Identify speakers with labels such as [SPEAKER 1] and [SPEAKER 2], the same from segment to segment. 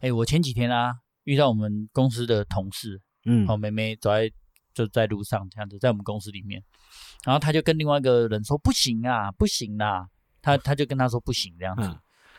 [SPEAKER 1] 哎，我前几天啊遇到我们公司的同事，
[SPEAKER 2] 嗯
[SPEAKER 1] 哦，妹妹走在就在路上这样子，在我们公司里面，然后他就跟另外一个人说不行啊，不行啦、他他就跟他说不行这样子，
[SPEAKER 2] 嗯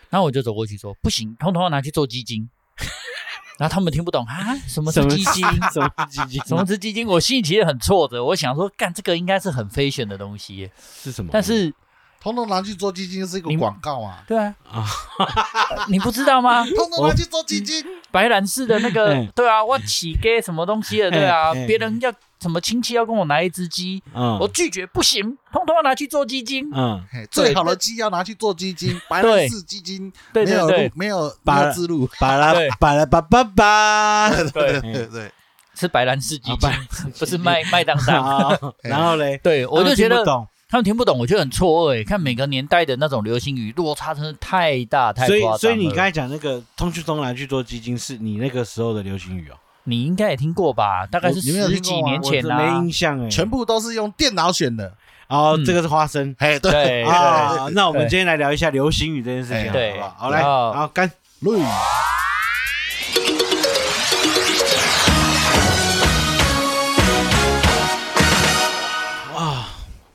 [SPEAKER 1] 然后我就走过去说不行，通通要拿去做基金， 然后他们听不懂啊，什么是
[SPEAKER 2] 什么
[SPEAKER 1] 基金？
[SPEAKER 2] 什么基 金？
[SPEAKER 1] 什么是基金？我心里其实很挫折，我想说，干这个应该是很非选的东西耶，
[SPEAKER 2] 是什么？
[SPEAKER 1] 但是
[SPEAKER 3] 通通拿去做基金是一个
[SPEAKER 1] 你
[SPEAKER 3] 广告 啊，
[SPEAKER 1] 对 啊
[SPEAKER 2] 啊，
[SPEAKER 1] 你不知道吗？
[SPEAKER 3] 通通拿去做基金，
[SPEAKER 1] 白兰氏的那 个
[SPEAKER 2] 嗯，
[SPEAKER 1] 对啊，我起给什么东西的，对啊，
[SPEAKER 2] 嗯嗯
[SPEAKER 1] 别人要什么亲戚要跟我拿一只鸡，
[SPEAKER 2] 嗯
[SPEAKER 1] 我拒绝，不行，通通要拿去做基金。
[SPEAKER 2] 嗯，
[SPEAKER 3] 嘿最好的鸡要拿去做基金，白
[SPEAKER 1] 对
[SPEAKER 3] 兰氏基金
[SPEAKER 1] 对
[SPEAKER 3] 没
[SPEAKER 1] 对
[SPEAKER 3] 有
[SPEAKER 1] 对
[SPEAKER 3] 路，没有
[SPEAKER 2] 白
[SPEAKER 3] 没
[SPEAKER 2] 兰
[SPEAKER 3] 有之路，
[SPEAKER 2] 巴拉
[SPEAKER 1] 对
[SPEAKER 2] 巴拉巴 巴巴，
[SPEAKER 1] 对，嗯
[SPEAKER 3] 对对，
[SPEAKER 1] 是白兰氏基
[SPEAKER 2] 啊
[SPEAKER 1] 金
[SPEAKER 2] 白，
[SPEAKER 1] 不是麦麦当 当。
[SPEAKER 2] 好然后嘞，
[SPEAKER 1] 对，我就觉
[SPEAKER 2] 他们听不
[SPEAKER 1] 得
[SPEAKER 2] 懂，
[SPEAKER 1] 他们听不懂，我就很错愕哎，看每个年代的那种流行语落差真的太大太
[SPEAKER 2] 所以
[SPEAKER 1] 夸张了。
[SPEAKER 2] 所以你刚才讲那个通去东南去做基金，是你那个时候的流行语哦，
[SPEAKER 1] 你应该也听过吧？大概是
[SPEAKER 3] 我你没有
[SPEAKER 1] 十几
[SPEAKER 3] 听过吗
[SPEAKER 1] 年前
[SPEAKER 2] 我没
[SPEAKER 1] 啊。
[SPEAKER 2] 印象哎，
[SPEAKER 3] 全部都是用电脑选的，
[SPEAKER 2] 哦，
[SPEAKER 1] 嗯
[SPEAKER 2] 这个是花生
[SPEAKER 3] 嘿，对，
[SPEAKER 1] 对
[SPEAKER 2] 啊。那我们
[SPEAKER 1] 对
[SPEAKER 2] 今天来聊一下流行语这件事情，
[SPEAKER 1] 对
[SPEAKER 2] 好不好？好
[SPEAKER 1] 然
[SPEAKER 2] 来，
[SPEAKER 1] 后
[SPEAKER 2] 好干，
[SPEAKER 3] 路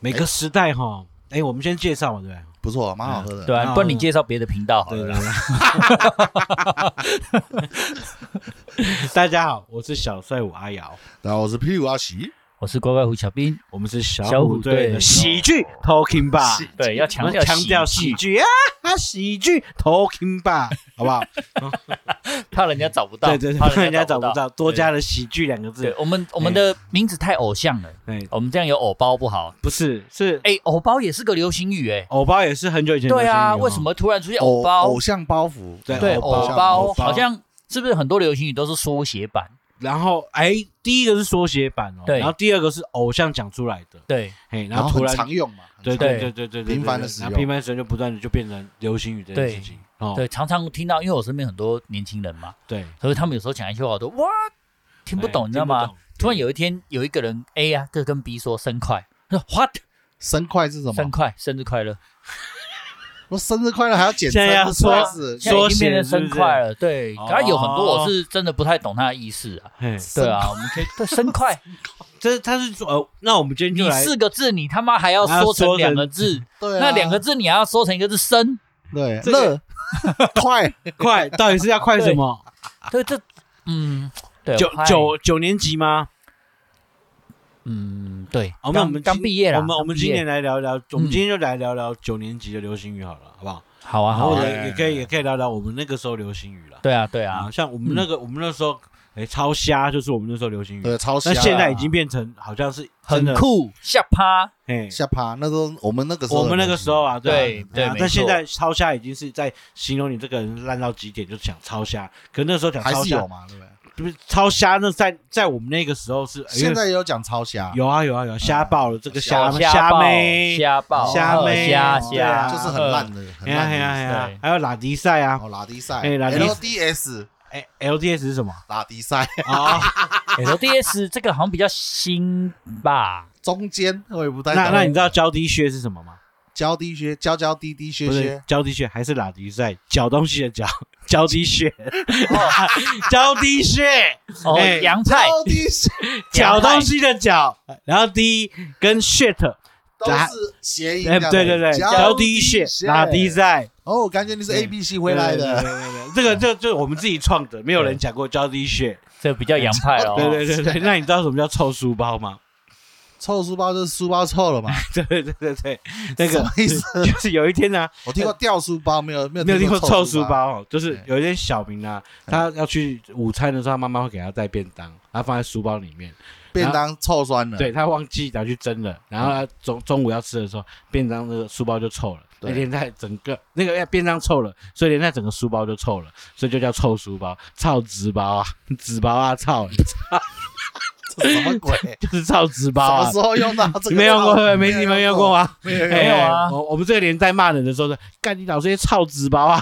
[SPEAKER 2] 每个时代哈，哎，我们先介绍嘛，对不对？
[SPEAKER 3] 不错，蛮好喝的，
[SPEAKER 1] 对啊，
[SPEAKER 2] 嗯
[SPEAKER 1] 不然你介绍别的频道好了
[SPEAKER 2] 对
[SPEAKER 1] 啦。
[SPEAKER 2] 对对。 大家好，我是小帅五阿瑶，
[SPEAKER 3] 然后我是屁股阿喜，
[SPEAKER 1] 我是乖乖虎小兵，
[SPEAKER 2] 我们是
[SPEAKER 1] 小
[SPEAKER 2] 小
[SPEAKER 1] 虎
[SPEAKER 2] 虎队
[SPEAKER 1] 队
[SPEAKER 2] 的喜剧 Talking 吧。
[SPEAKER 1] 啊对，要
[SPEAKER 2] 我
[SPEAKER 1] 强
[SPEAKER 2] 们
[SPEAKER 1] 调
[SPEAKER 2] 强调
[SPEAKER 1] 喜
[SPEAKER 2] 喜
[SPEAKER 1] 剧，
[SPEAKER 2] 剧啊，喜剧 Talking 吧，好不好？
[SPEAKER 1] 怕人家找 不到，
[SPEAKER 2] 对对对，
[SPEAKER 1] 怕
[SPEAKER 2] 怕人家找
[SPEAKER 1] 不
[SPEAKER 2] 不。到，多加了喜剧两个
[SPEAKER 1] 对
[SPEAKER 2] 字。
[SPEAKER 1] 我们我们的名字太偶像了，哦
[SPEAKER 2] 哎，
[SPEAKER 1] 我们这样有偶包不好。
[SPEAKER 2] 不是，是
[SPEAKER 1] 哎，偶包也是个流行语哎。
[SPEAKER 2] 偶包也是很久以前的
[SPEAKER 1] 对啊，
[SPEAKER 2] 流行语哦
[SPEAKER 1] 为什？么突然出现
[SPEAKER 3] 偶
[SPEAKER 1] 偶包
[SPEAKER 3] 偶？像包袱，
[SPEAKER 2] 对
[SPEAKER 1] 对，
[SPEAKER 2] 偶
[SPEAKER 1] 偶
[SPEAKER 2] 像
[SPEAKER 1] 包
[SPEAKER 2] 偶包
[SPEAKER 1] 好像是不是很多流行语都是缩写版？
[SPEAKER 2] 然后哎，第一个是缩写版哦，
[SPEAKER 1] 对
[SPEAKER 2] 然后第二个是偶像讲出来的，
[SPEAKER 1] 对，
[SPEAKER 2] 嘿，
[SPEAKER 3] 然后
[SPEAKER 2] 突
[SPEAKER 3] 很
[SPEAKER 2] 然
[SPEAKER 3] 常用嘛，很
[SPEAKER 2] 对
[SPEAKER 3] 常
[SPEAKER 2] 对
[SPEAKER 3] 用
[SPEAKER 2] 对对对，对
[SPEAKER 3] 频繁地
[SPEAKER 2] 对对
[SPEAKER 3] 使
[SPEAKER 2] 然后
[SPEAKER 3] 用
[SPEAKER 2] 频繁使用就不断的就变成流行语这件
[SPEAKER 1] 对
[SPEAKER 2] 事情哦，
[SPEAKER 1] 对，常常听到，因为我身边很多年轻人嘛，
[SPEAKER 2] 对，
[SPEAKER 1] 所以他们有时候讲一句话，我都哇听不
[SPEAKER 2] 哎
[SPEAKER 1] 懂，你知道？
[SPEAKER 2] 听
[SPEAKER 1] 吗
[SPEAKER 2] 不？懂
[SPEAKER 1] 突然有一天有一个人 A 啊，就跟 B 说生快，他说 what
[SPEAKER 3] 生快是什
[SPEAKER 1] 生
[SPEAKER 3] 么？
[SPEAKER 1] 快，生日快乐，
[SPEAKER 3] 我生日快乐还要简称，
[SPEAKER 2] 现在要
[SPEAKER 3] 什么
[SPEAKER 2] 说
[SPEAKER 3] 意思
[SPEAKER 1] 现在已
[SPEAKER 2] 缩
[SPEAKER 1] 经
[SPEAKER 2] 写
[SPEAKER 1] 变成
[SPEAKER 2] 是不
[SPEAKER 1] 生
[SPEAKER 2] 是
[SPEAKER 1] 快了，对，
[SPEAKER 2] 哦
[SPEAKER 1] 然后有很多我是真的不太懂他的意思啊。
[SPEAKER 2] 嘿，
[SPEAKER 1] 对啊，我们可以对生快，
[SPEAKER 2] 这他是说，呃那我们今天就
[SPEAKER 1] 你
[SPEAKER 2] 来
[SPEAKER 1] 四个字你他妈还要
[SPEAKER 2] 还要
[SPEAKER 1] 缩成
[SPEAKER 2] 缩成
[SPEAKER 1] 两个字，
[SPEAKER 3] 对啊，
[SPEAKER 1] 那两个字你还要缩成一个字生，
[SPEAKER 3] 对
[SPEAKER 2] 这个
[SPEAKER 3] 乐 快，
[SPEAKER 2] 快，到底是要快什么？
[SPEAKER 1] 对这嗯对
[SPEAKER 2] 九
[SPEAKER 1] 我怕
[SPEAKER 2] 九九年级吗？
[SPEAKER 1] 嗯对，
[SPEAKER 2] 我们
[SPEAKER 1] 刚
[SPEAKER 2] 我们
[SPEAKER 1] 刚
[SPEAKER 2] 今
[SPEAKER 1] 毕业了，
[SPEAKER 2] 我们我们
[SPEAKER 1] 刚毕
[SPEAKER 2] 今
[SPEAKER 1] 业
[SPEAKER 2] 年来聊聊，我们
[SPEAKER 1] 嗯
[SPEAKER 2] 今天就来聊聊九年级的流行语好了，好不好？
[SPEAKER 1] 好啊
[SPEAKER 2] 然
[SPEAKER 1] 好
[SPEAKER 2] 后
[SPEAKER 1] 啊，
[SPEAKER 3] 对
[SPEAKER 2] 也也可以也可以聊聊我们那个时候流行语了。
[SPEAKER 1] 对啊对啊
[SPEAKER 2] 啊，，像我们那个我们那时候，哎，超瞎就是我们那时候流行语。
[SPEAKER 3] 对，超瞎
[SPEAKER 2] 那
[SPEAKER 3] 啊。
[SPEAKER 2] 现在已经变成好像是真
[SPEAKER 1] 很
[SPEAKER 2] 的，
[SPEAKER 1] 酷下趴，
[SPEAKER 2] 哎，
[SPEAKER 3] 下趴，那时候我们那个时候，
[SPEAKER 2] 我们那个时候，啊，对啊
[SPEAKER 1] 对对
[SPEAKER 2] 啊
[SPEAKER 1] 没
[SPEAKER 2] 但现
[SPEAKER 1] 错
[SPEAKER 2] 在超瞎已经是在形容你这个人烂到极点，就想超瞎。可那时候讲
[SPEAKER 3] 还
[SPEAKER 2] 超
[SPEAKER 3] 是有
[SPEAKER 2] 瞎，
[SPEAKER 3] 嘛，对不对？
[SPEAKER 2] 不是超瞎，那在在我们那个时候是哎
[SPEAKER 3] 现在也有讲超瞎，
[SPEAKER 2] 有啊有啊有啊，瞎爆了这个瞎
[SPEAKER 1] 小虾
[SPEAKER 2] 妹，
[SPEAKER 1] 虾爆哦
[SPEAKER 2] 虾妹
[SPEAKER 1] 虾
[SPEAKER 2] 对
[SPEAKER 1] 虾，
[SPEAKER 2] 啊
[SPEAKER 3] 哦就是很
[SPEAKER 1] 嗯
[SPEAKER 3] 烂的，很
[SPEAKER 2] 哎呀哎呀哎
[SPEAKER 3] 烂的。
[SPEAKER 2] 呀
[SPEAKER 1] 对，
[SPEAKER 2] 还有拉迪赛啊，
[SPEAKER 3] 哦，拉迪赛
[SPEAKER 2] 哎拉迪
[SPEAKER 3] ，LDS，
[SPEAKER 2] 哎，LDS 是什么？
[SPEAKER 3] 拉迪赛，
[SPEAKER 2] 啊，
[SPEAKER 1] 哎 LDS 这个好像比较新吧？
[SPEAKER 3] 中间我也不太
[SPEAKER 2] 那
[SPEAKER 3] 懂。
[SPEAKER 2] 那你知道娇滴靴是什么吗？
[SPEAKER 3] 娇滴靴，娇娇滴滴靴
[SPEAKER 2] 不是
[SPEAKER 3] 靴，
[SPEAKER 2] 娇滴靴，还是拉迪赛？搅东西的搅，娇滴靴，
[SPEAKER 1] 哦
[SPEAKER 2] 娇滴靴，
[SPEAKER 1] 哦
[SPEAKER 2] 哎，
[SPEAKER 1] 洋菜
[SPEAKER 3] 娇滴 靴
[SPEAKER 2] 搅东西的搅，然后滴跟 shit，
[SPEAKER 3] 都是谐音
[SPEAKER 2] 哎，
[SPEAKER 3] 这样的。
[SPEAKER 2] 对对对，
[SPEAKER 3] 娇
[SPEAKER 2] 娇滴靴，拉
[SPEAKER 3] 拉
[SPEAKER 2] 迪
[SPEAKER 3] 赛。
[SPEAKER 2] 赛
[SPEAKER 3] 哦，我感觉你是
[SPEAKER 2] 对
[SPEAKER 3] A B C 回来
[SPEAKER 2] 对
[SPEAKER 3] 的，
[SPEAKER 2] 对对对对这个这就是我们自己创的，没有人讲过娇滴靴。
[SPEAKER 1] 这比较洋派哦。
[SPEAKER 2] 对对对 对，那你知道什么叫臭书包吗？
[SPEAKER 3] 臭书包就是书包臭了嘛。
[SPEAKER 2] 对对对对，那
[SPEAKER 3] 什
[SPEAKER 2] 个
[SPEAKER 3] 么意思？
[SPEAKER 2] 就是有一天呢，
[SPEAKER 3] 我听过掉书包，没有没有
[SPEAKER 2] 没有听过臭
[SPEAKER 3] 书
[SPEAKER 2] 书，包哦，就是
[SPEAKER 3] 对
[SPEAKER 2] 有一些小明啊，他要去午餐的时候，他妈妈会给他带便当，然后放在书包里面，
[SPEAKER 3] 便当臭酸了。
[SPEAKER 2] 对他忘记拿去蒸了，然后
[SPEAKER 3] 嗯
[SPEAKER 2] 他中中午要吃的时候，便当那个书包就臭了，
[SPEAKER 3] 对
[SPEAKER 2] 那连带整个那个便当臭了，所以连带整个书包就臭了，所以就叫臭书包、臭纸包啊、 纸包啊、操，
[SPEAKER 3] 这什么鬼？
[SPEAKER 2] 就是臭纸包
[SPEAKER 3] 什
[SPEAKER 2] 啊
[SPEAKER 3] 么。时候用到这个？
[SPEAKER 2] 没用过，没你们用过
[SPEAKER 3] 吗？
[SPEAKER 2] 吗？
[SPEAKER 3] 没有，
[SPEAKER 1] 没有啊
[SPEAKER 2] 哎我我们这个年代骂人的时候说，干你老这些臭纸包啊，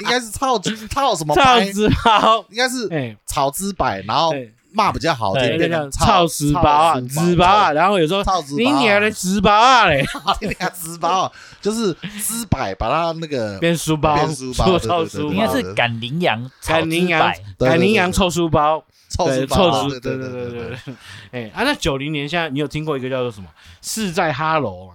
[SPEAKER 3] 应该是操操什 么
[SPEAKER 2] 臭
[SPEAKER 3] 白？
[SPEAKER 2] 纸包，
[SPEAKER 3] 应该是
[SPEAKER 2] 哎，
[SPEAKER 3] 草之白，然后
[SPEAKER 2] 对
[SPEAKER 3] 骂比较好听，
[SPEAKER 1] 对
[SPEAKER 3] 变
[SPEAKER 2] 叫
[SPEAKER 3] 成
[SPEAKER 2] 操纸包啊，纸包啊，，然后有时候
[SPEAKER 3] 操纸包
[SPEAKER 2] 你
[SPEAKER 3] 啊，
[SPEAKER 2] 娘的纸包啊嘞，
[SPEAKER 3] 你俩纸包啊， 就是纸摆把它那个
[SPEAKER 2] 变书包，
[SPEAKER 3] 变书包对对
[SPEAKER 2] 臭
[SPEAKER 3] 对
[SPEAKER 2] 书
[SPEAKER 1] 应
[SPEAKER 3] 对
[SPEAKER 2] 包
[SPEAKER 1] 该，是赶羚羊草
[SPEAKER 2] 赶羚
[SPEAKER 1] 之
[SPEAKER 2] 羊
[SPEAKER 1] 百，
[SPEAKER 3] 对对
[SPEAKER 2] 赶羚羊
[SPEAKER 3] 对
[SPEAKER 2] 臭书包，
[SPEAKER 3] 臭
[SPEAKER 2] 对
[SPEAKER 3] 纸包
[SPEAKER 2] 臭
[SPEAKER 3] 啊
[SPEAKER 2] 纸，
[SPEAKER 3] 对
[SPEAKER 2] 对
[SPEAKER 3] 对
[SPEAKER 2] 对
[SPEAKER 3] 对，
[SPEAKER 2] 对，哎啊，那九零年现在你有听过一个叫做什么是在哈喽吗？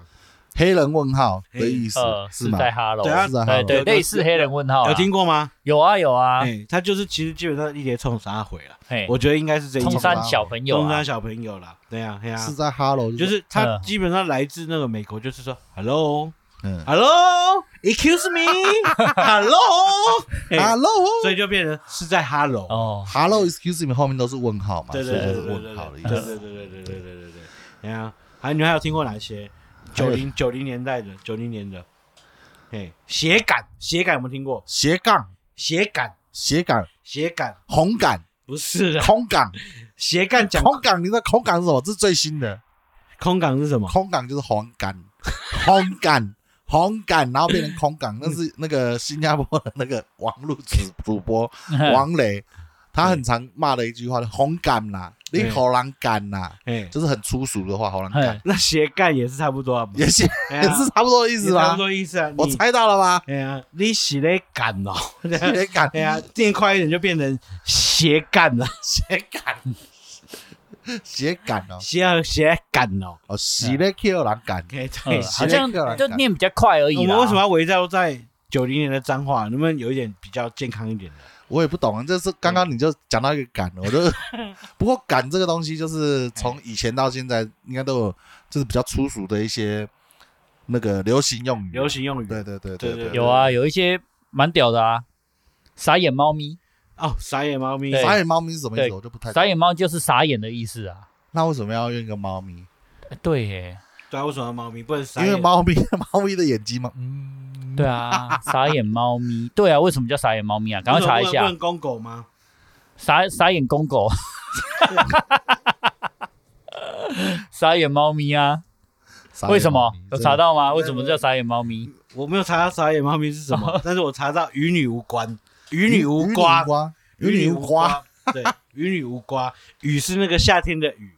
[SPEAKER 3] 黑人问号的意思
[SPEAKER 1] 呃，
[SPEAKER 3] 是吗？
[SPEAKER 1] 在哈喽，
[SPEAKER 2] 对啊
[SPEAKER 3] 是在哈
[SPEAKER 1] 对
[SPEAKER 3] 喽
[SPEAKER 1] 对，
[SPEAKER 2] 对
[SPEAKER 1] 类似黑人问号啦，
[SPEAKER 2] 有听过吗？
[SPEAKER 1] 有啊有哦啊，
[SPEAKER 2] 哎，他就是其实基本上一节冲啥回了，
[SPEAKER 1] 嘿，
[SPEAKER 2] 我觉得应该是这一
[SPEAKER 1] 冲
[SPEAKER 2] 节
[SPEAKER 3] 啥
[SPEAKER 1] 山小朋友
[SPEAKER 2] 中
[SPEAKER 1] 啊
[SPEAKER 2] 山，小朋友啦，对啊呀对呀，
[SPEAKER 3] 是在哈喽，
[SPEAKER 2] 就是他
[SPEAKER 1] 嗯
[SPEAKER 2] 基本上来自那个美国，就是说 hello
[SPEAKER 3] 嗯
[SPEAKER 2] hello excuse me hello，哎
[SPEAKER 3] ，hello，
[SPEAKER 2] 所以就变成是在 hello，
[SPEAKER 1] 哦，
[SPEAKER 3] Hello, excuse me，后面都是问号嘛，
[SPEAKER 2] 对
[SPEAKER 3] 所
[SPEAKER 2] 对
[SPEAKER 3] 以
[SPEAKER 2] 对对
[SPEAKER 3] 就是
[SPEAKER 2] 对
[SPEAKER 3] 问号的意
[SPEAKER 2] 对对
[SPEAKER 3] 思。
[SPEAKER 2] 对对对对对对对，对啊，还你们还有听过哪些？
[SPEAKER 3] 还
[SPEAKER 2] 九
[SPEAKER 3] 有
[SPEAKER 2] 零九零年代的九零年的，哎，斜杆斜杆有没有听过？
[SPEAKER 3] 斜杠、
[SPEAKER 2] 斜杆
[SPEAKER 3] 斜杆、
[SPEAKER 2] 斜杆
[SPEAKER 3] 红杆、
[SPEAKER 2] 不是的，
[SPEAKER 3] 空杆、
[SPEAKER 2] 斜杆讲
[SPEAKER 3] 空杆，你知道空杆是什么？这是最新的，
[SPEAKER 2] 空港是什么？
[SPEAKER 3] 空杆就是红杆，红杆。 红杆，然后变成空港，那是那个新加坡的那个网络嗯主主播
[SPEAKER 2] 嗯
[SPEAKER 3] 嗯王磊，他很常骂的一句话：“红杆啦，你
[SPEAKER 2] 对
[SPEAKER 3] 好难杆啦，
[SPEAKER 2] 哎，
[SPEAKER 3] 就是很粗俗的话，好难杆，
[SPEAKER 1] 嘿，
[SPEAKER 2] 那斜杆也是差不多啊，
[SPEAKER 3] 也是
[SPEAKER 2] 哎
[SPEAKER 3] 也
[SPEAKER 2] 呀
[SPEAKER 3] 是差不多的意
[SPEAKER 2] 也
[SPEAKER 3] 思
[SPEAKER 2] 差
[SPEAKER 3] 吧
[SPEAKER 2] 不？多意思啊。
[SPEAKER 3] 我
[SPEAKER 2] 你
[SPEAKER 3] 猜到了吧？
[SPEAKER 2] 哎呀，你斜嘞杆哦，
[SPEAKER 3] 斜杆，
[SPEAKER 2] 哎呀，念快一点就变成斜杆了，
[SPEAKER 3] 斜杆，斜杆哦，
[SPEAKER 2] 斜斜杆哦。
[SPEAKER 3] 哦，斜的 Q 难杆，
[SPEAKER 2] OK，
[SPEAKER 1] 嗯
[SPEAKER 2] 对，
[SPEAKER 1] 好
[SPEAKER 2] 斜
[SPEAKER 1] 像
[SPEAKER 3] 个人
[SPEAKER 1] 就
[SPEAKER 3] 感
[SPEAKER 1] 念比较快而已
[SPEAKER 2] 我
[SPEAKER 1] 啦。
[SPEAKER 2] 们为什么要围绕在九零年的脏话？能不能有一点比较健康一点
[SPEAKER 1] 嗯
[SPEAKER 2] 的？
[SPEAKER 3] 我也不懂啊，这是刚刚你就讲到一个感，我就不过感这个东西，就是从以前到现在，应该都有就是比较粗俗的一些那个流行用语啊，
[SPEAKER 2] 流行用语
[SPEAKER 3] 对对对
[SPEAKER 2] 对
[SPEAKER 3] 对，
[SPEAKER 2] 对
[SPEAKER 1] 有啊，有一些蛮屌的啊，傻眼猫咪，
[SPEAKER 2] 哦，傻眼猫咪，
[SPEAKER 1] 对
[SPEAKER 3] 傻眼猫咪是什么意
[SPEAKER 1] 对
[SPEAKER 3] 思？我就不太懂
[SPEAKER 1] 傻眼猫就是傻眼的意思啊。
[SPEAKER 3] 那为什么要用一个猫咪？
[SPEAKER 1] 哎对耶，
[SPEAKER 2] 对啊，为什么要猫咪不能傻
[SPEAKER 3] 因
[SPEAKER 2] 眼？
[SPEAKER 3] 为猫咪猫咪的眼睛嘛，
[SPEAKER 1] 对啊，傻眼猫咪，对啊，为什么叫傻眼猫咪啊？赶快查一
[SPEAKER 2] 为什么
[SPEAKER 1] 下，
[SPEAKER 2] 不能公狗吗？
[SPEAKER 1] 傻傻眼公狗，傻眼猫咪啊？
[SPEAKER 3] 傻眼猫咪
[SPEAKER 1] 为什么有查？到吗？为什么
[SPEAKER 2] 对
[SPEAKER 1] 叫傻眼猫咪？
[SPEAKER 2] 我没有查到傻眼猫咪是什
[SPEAKER 1] 哦
[SPEAKER 2] 么，但是我查到与女无 关，与
[SPEAKER 3] 真的
[SPEAKER 2] 女无瓜，
[SPEAKER 3] 与女无瓜，，
[SPEAKER 2] 对，与女无瓜，雨是那个夏天的雨，